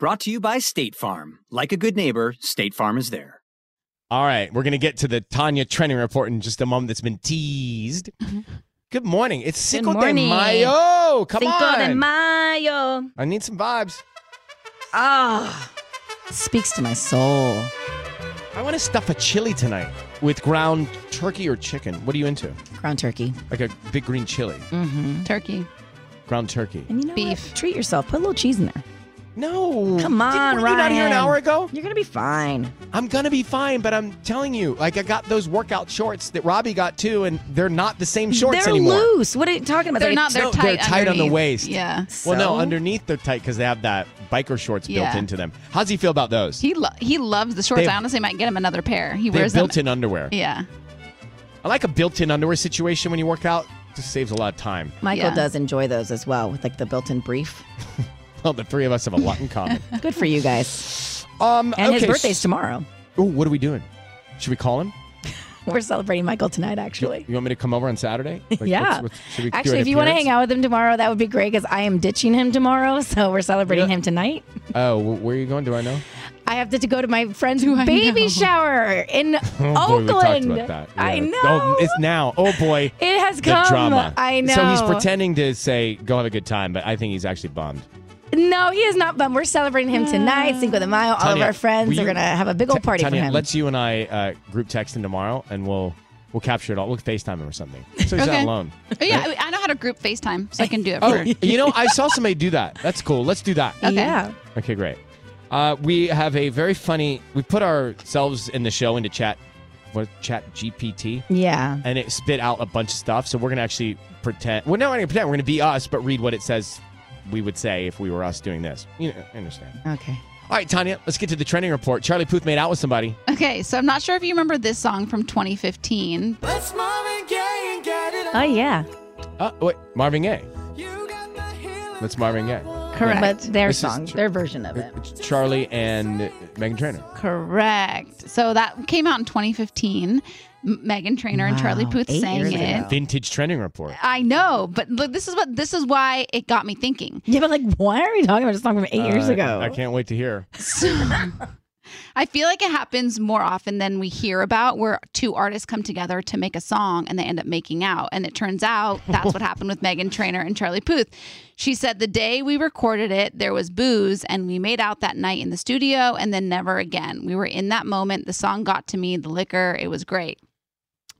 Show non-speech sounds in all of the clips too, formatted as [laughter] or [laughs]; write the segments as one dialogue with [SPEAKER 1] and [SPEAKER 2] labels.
[SPEAKER 1] Brought to you by State Farm. Like a good neighbor, State Farm is there.
[SPEAKER 2] All right, we're going to get to the Tanya Trenning report in just a moment that's been teased. Good morning. It's Cinco de
[SPEAKER 3] Mm-hmm. morning.
[SPEAKER 2] Mayo. Come
[SPEAKER 3] Cinco
[SPEAKER 2] on.
[SPEAKER 3] de Mayo.
[SPEAKER 2] I need some vibes.
[SPEAKER 3] Ah, speaks to my soul.
[SPEAKER 2] I want to stuff a chili tonight with ground turkey or chicken. What are you into?
[SPEAKER 3] Ground turkey.
[SPEAKER 2] Like a big green chili,
[SPEAKER 3] Mm-hmm. Turkey.
[SPEAKER 2] ground turkey.
[SPEAKER 3] And you know Beef. Treat yourself. Put a little cheese in there.
[SPEAKER 2] No.
[SPEAKER 3] Come on,
[SPEAKER 2] Didn't, were you not here
[SPEAKER 3] Ryan.
[SPEAKER 2] an hour ago?
[SPEAKER 3] You're going to be fine.
[SPEAKER 2] I'm going to be fine, but I'm telling you, like I got those workout shorts that Robbie got too, and they're not the same shorts
[SPEAKER 3] they're
[SPEAKER 2] anymore.
[SPEAKER 3] loose. What are you talking about?
[SPEAKER 4] They're not. They're
[SPEAKER 2] No,
[SPEAKER 4] tight.
[SPEAKER 2] they're tight on the
[SPEAKER 4] underneath.
[SPEAKER 2] waist.
[SPEAKER 4] Yeah.
[SPEAKER 2] Well,
[SPEAKER 3] So?
[SPEAKER 2] no, underneath they're tight because they have that biker shorts built
[SPEAKER 4] Yeah.
[SPEAKER 2] into them. How's he feel about those?
[SPEAKER 4] He lo- he loves the shorts.
[SPEAKER 2] They-
[SPEAKER 4] I honestly might get him another pair. He
[SPEAKER 2] they have
[SPEAKER 4] wears them.
[SPEAKER 2] built-in underwear.
[SPEAKER 4] Yeah.
[SPEAKER 2] I like a built-in underwear situation when you work out. Just saves a lot of time. [laughs]
[SPEAKER 5] Michael
[SPEAKER 4] Yeah.
[SPEAKER 5] does enjoy those as well with like the built-in brief.
[SPEAKER 2] Well, the three of us have a lot in
[SPEAKER 5] [laughs]
[SPEAKER 2] common.
[SPEAKER 5] Good for you guys.
[SPEAKER 2] Um,
[SPEAKER 5] And his
[SPEAKER 2] okay,
[SPEAKER 5] birthday's tomorrow.
[SPEAKER 2] Oh, what are we doing? Should we call him?
[SPEAKER 5] We're celebrating Michael tonight,
[SPEAKER 2] You,
[SPEAKER 5] actually.
[SPEAKER 2] you want me to come over on Saturday? Like,
[SPEAKER 5] yeah.
[SPEAKER 2] what's- what's- should we do
[SPEAKER 5] actually,
[SPEAKER 2] an
[SPEAKER 5] if you want to
[SPEAKER 2] appearance?
[SPEAKER 5] hang out with him tomorrow, that would be great because I am ditching him tomorrow. So we're celebrating
[SPEAKER 2] Yeah.
[SPEAKER 5] him tonight.
[SPEAKER 2] Oh, wh- where are you going? Do I know?
[SPEAKER 5] I have to, to go to my friend's
[SPEAKER 4] I
[SPEAKER 2] [laughs]
[SPEAKER 5] baby
[SPEAKER 4] know?
[SPEAKER 5] shower in
[SPEAKER 2] Oh, boy,
[SPEAKER 5] Oakland.
[SPEAKER 2] we talked about that.
[SPEAKER 5] I
[SPEAKER 2] Yeah.
[SPEAKER 5] know.
[SPEAKER 2] Oh, it's now. Oh boy.
[SPEAKER 5] it has
[SPEAKER 2] The
[SPEAKER 5] come.
[SPEAKER 2] drama.
[SPEAKER 5] I know.
[SPEAKER 2] So he's pretending to say, go have a good time, but I think he's actually bummed.
[SPEAKER 5] No, he is not bummed. We're celebrating him tonight, Cinco de Mayo. All of
[SPEAKER 2] Tanya,
[SPEAKER 5] our friends
[SPEAKER 2] will
[SPEAKER 5] are
[SPEAKER 2] you-
[SPEAKER 5] going to have a big old
[SPEAKER 2] Ta-
[SPEAKER 5] party
[SPEAKER 2] Tanya,
[SPEAKER 5] for him.
[SPEAKER 2] Let's you and I uh, group text him tomorrow, and we'll we'll capture it all. We'll FaceTime him or something. So he's not
[SPEAKER 4] Okay.
[SPEAKER 2] alone.
[SPEAKER 4] Oh, yeah. I- I know how to group FaceTime, so I can do it.
[SPEAKER 2] Oh,
[SPEAKER 4] For,
[SPEAKER 2] you know, I saw somebody do that. That's cool. Let's do that.
[SPEAKER 4] okay.
[SPEAKER 5] Yeah.
[SPEAKER 2] Okay, great. Uh, we have a very funny. We put ourselves in the show into chat. What chat GPT?
[SPEAKER 5] Yeah.
[SPEAKER 2] And it spit out a bunch of stuff. So we're gonna actually pretend. Well, not gonna pretend. We're gonna be us, but read what it says. We would say if we were us doing this. You know, I understand.
[SPEAKER 5] Okay.
[SPEAKER 2] All right, Tanya. Let's get to the trending report. Charlie Puth made out with somebody.
[SPEAKER 4] Okay. So I'm not sure if you remember this song from 2015.
[SPEAKER 5] Oh, yeah.
[SPEAKER 2] Uh, wait, Marvin Gaye. That's Marvin Gaye.
[SPEAKER 4] Correct.
[SPEAKER 5] But their
[SPEAKER 2] This is
[SPEAKER 5] song,
[SPEAKER 2] tr-
[SPEAKER 5] their version of it.
[SPEAKER 2] It's Charlie and Megan Trainor.
[SPEAKER 4] Correct. So that came out in 2015. M- Megan Trainor and Charlie
[SPEAKER 5] Wow,
[SPEAKER 4] Puth
[SPEAKER 5] eight
[SPEAKER 4] sang
[SPEAKER 5] years
[SPEAKER 4] it.
[SPEAKER 5] ago.
[SPEAKER 2] Vintage trending report.
[SPEAKER 4] I know, but look, this is what this is why it got me thinking.
[SPEAKER 5] Yeah, but like, why are we talking about this song from eight years
[SPEAKER 2] Uh,
[SPEAKER 5] ago?
[SPEAKER 2] I can't wait to hear.
[SPEAKER 4] So, I feel like it happens more often than we hear about where two artists come together to make a song and they end up making out. And it turns out that's what happened with Megan Trainor and Charlie Puth. She said the day we recorded it, there was booze and we made out that night in the studio and then never again. We were in that moment. The song got to me, the liquor, it was great.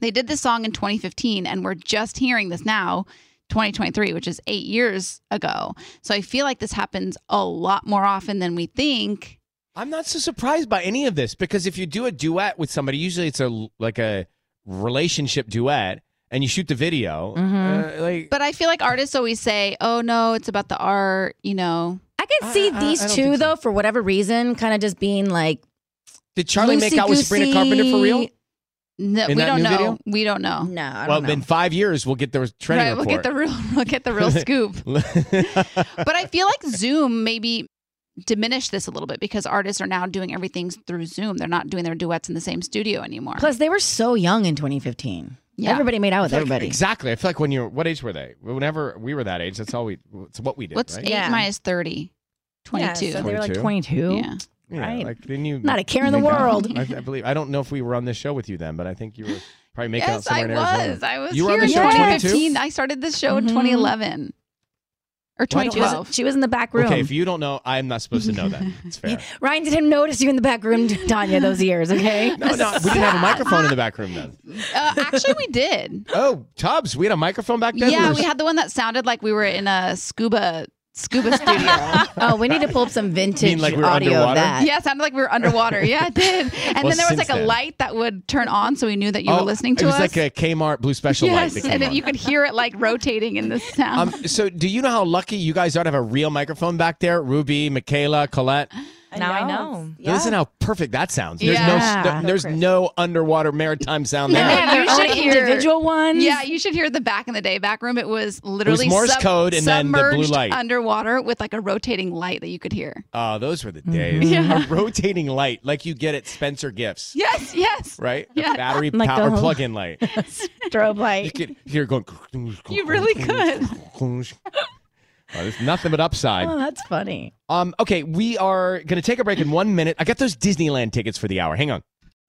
[SPEAKER 4] They did this song in 2015 and we're just hearing this now. 2023, which is eight years ago. So I feel like this happens a lot more often than we think.
[SPEAKER 2] I'm not so surprised by any of this because if you do a duet with somebody, usually it's a like a relationship duet, and you shoot the video.
[SPEAKER 5] Mhm.
[SPEAKER 2] uh, like,
[SPEAKER 4] But I feel like artists always say, "Oh no, it's about the art," you know.
[SPEAKER 5] I can
[SPEAKER 2] I-
[SPEAKER 5] see
[SPEAKER 2] I- I
[SPEAKER 5] these
[SPEAKER 2] don't
[SPEAKER 5] two
[SPEAKER 2] think so.
[SPEAKER 5] though, for whatever reason, kind of just being like
[SPEAKER 2] did Charlie make out with Sabrina Carpenter for real?
[SPEAKER 4] No,
[SPEAKER 2] In
[SPEAKER 4] we
[SPEAKER 2] that
[SPEAKER 4] don't
[SPEAKER 2] new
[SPEAKER 4] know.
[SPEAKER 2] video?
[SPEAKER 4] We don't know.
[SPEAKER 5] no. I don't
[SPEAKER 2] Well,
[SPEAKER 5] know.
[SPEAKER 2] in five years, we'll get the trend
[SPEAKER 4] right,
[SPEAKER 2] report. [laughs]
[SPEAKER 4] we'll get the real [laughs] we'll get the real scoop. But I feel like Zoom maybe diminished this a little bit because artists are now doing everything through Zoom. They're not doing their duets in the same studio anymore.
[SPEAKER 5] Plus, they were so young in 2015.
[SPEAKER 4] Yeah.
[SPEAKER 5] Everybody made out
[SPEAKER 2] I
[SPEAKER 5] with
[SPEAKER 2] feel like-
[SPEAKER 5] everybody.
[SPEAKER 2] exactly. I feel like when you're what age were they? Whenever we were that age, that's all we. It's what we did.
[SPEAKER 4] what's
[SPEAKER 2] right?
[SPEAKER 4] eight
[SPEAKER 5] Yeah.
[SPEAKER 4] minus
[SPEAKER 5] Yeah,
[SPEAKER 4] thirty? Twenty-two.
[SPEAKER 5] so they were like
[SPEAKER 2] 22?
[SPEAKER 5] 22.
[SPEAKER 4] yeah.
[SPEAKER 2] Yeah,
[SPEAKER 5] Right.
[SPEAKER 2] Like, then you
[SPEAKER 5] Not a care in the
[SPEAKER 2] make out.
[SPEAKER 5] world.
[SPEAKER 2] I, I believe. I don't know if we were on this show with you then, but I think you were probably making out
[SPEAKER 4] yes, I
[SPEAKER 2] somewhere in Arizona.
[SPEAKER 4] was. I was
[SPEAKER 2] You were on
[SPEAKER 4] here
[SPEAKER 2] the
[SPEAKER 4] in
[SPEAKER 5] show at
[SPEAKER 4] 2015.
[SPEAKER 2] 22?
[SPEAKER 4] I started this show in
[SPEAKER 5] Mhm.
[SPEAKER 4] 2011
[SPEAKER 2] Why
[SPEAKER 4] or
[SPEAKER 2] don't-
[SPEAKER 5] She was,
[SPEAKER 4] 2012.
[SPEAKER 5] she was in the back room.
[SPEAKER 2] Okay, if you don't know, I'm not supposed to know that. It's fair.
[SPEAKER 5] Ryan didn't notice you in the back room, [laughs] Tanya, those years, okay?
[SPEAKER 2] No, no, we didn't have a microphone in the back room then.
[SPEAKER 4] Uh, actually, we did.
[SPEAKER 2] Oh, Tubbs, we had a microphone back then.
[SPEAKER 4] yeah,
[SPEAKER 2] were-
[SPEAKER 4] we had the one that sounded like we were in a scuba scuba studio.
[SPEAKER 5] [laughs] Oh, we need to pull up some vintage
[SPEAKER 2] Mean like we were
[SPEAKER 5] audio
[SPEAKER 2] underwater?
[SPEAKER 5] of that.
[SPEAKER 4] [laughs] Yeah, it sounded like we were underwater. Yeah, it did. And
[SPEAKER 2] Well,
[SPEAKER 4] then there
[SPEAKER 2] since
[SPEAKER 4] was like a
[SPEAKER 2] then.
[SPEAKER 4] light that would turn on, so we knew that you
[SPEAKER 2] Oh,
[SPEAKER 4] were listening to
[SPEAKER 2] It was
[SPEAKER 4] us.
[SPEAKER 2] like a Kmart blue special
[SPEAKER 4] yes,
[SPEAKER 2] light. that
[SPEAKER 4] and
[SPEAKER 2] came
[SPEAKER 4] then
[SPEAKER 2] on.
[SPEAKER 4] you could hear it like rotating in the sound.
[SPEAKER 2] Um, so, do you know how lucky you guys are to have a real microphone back there? Ruby, Michaela, Colette.
[SPEAKER 6] Now I know.
[SPEAKER 2] Listen how perfect that sounds. There's
[SPEAKER 5] Yeah.
[SPEAKER 2] no, st- there's no underwater maritime sound
[SPEAKER 5] They
[SPEAKER 2] there.
[SPEAKER 5] had their
[SPEAKER 4] You
[SPEAKER 5] own
[SPEAKER 4] should hear-
[SPEAKER 5] individual ones.
[SPEAKER 4] yeah, you should hear the back in the day back room. It was literally
[SPEAKER 2] Morse
[SPEAKER 4] sub-
[SPEAKER 2] code and then the blue
[SPEAKER 4] submerged
[SPEAKER 2] light.
[SPEAKER 4] underwater with like a rotating light that you could hear.
[SPEAKER 2] Oh, those were the days. A rotating light, like you get at Spencer Gifts,
[SPEAKER 4] Yes, yes.
[SPEAKER 2] right?
[SPEAKER 4] Yeah.
[SPEAKER 2] A battery
[SPEAKER 5] Like the
[SPEAKER 2] power
[SPEAKER 5] whole-
[SPEAKER 2] plug-in light.
[SPEAKER 4] [laughs]
[SPEAKER 5] Strobe
[SPEAKER 2] You
[SPEAKER 5] light.
[SPEAKER 2] could hear it going.
[SPEAKER 4] You really
[SPEAKER 2] [laughs]
[SPEAKER 4] could.
[SPEAKER 2] Oh, there's nothing but upside.
[SPEAKER 5] Oh, that's funny.
[SPEAKER 2] Um, okay, we are gonna take a break in one minute. I got those Disneyland tickets for the hour. Hang on.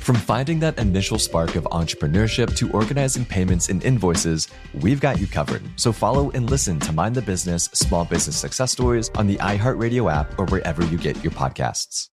[SPEAKER 7] From finding that initial spark of entrepreneurship to organizing payments and invoices, we've got you covered. So follow and listen to Mind the Business Small Business Success Stories on the iHeartRadio app or wherever you get your podcasts.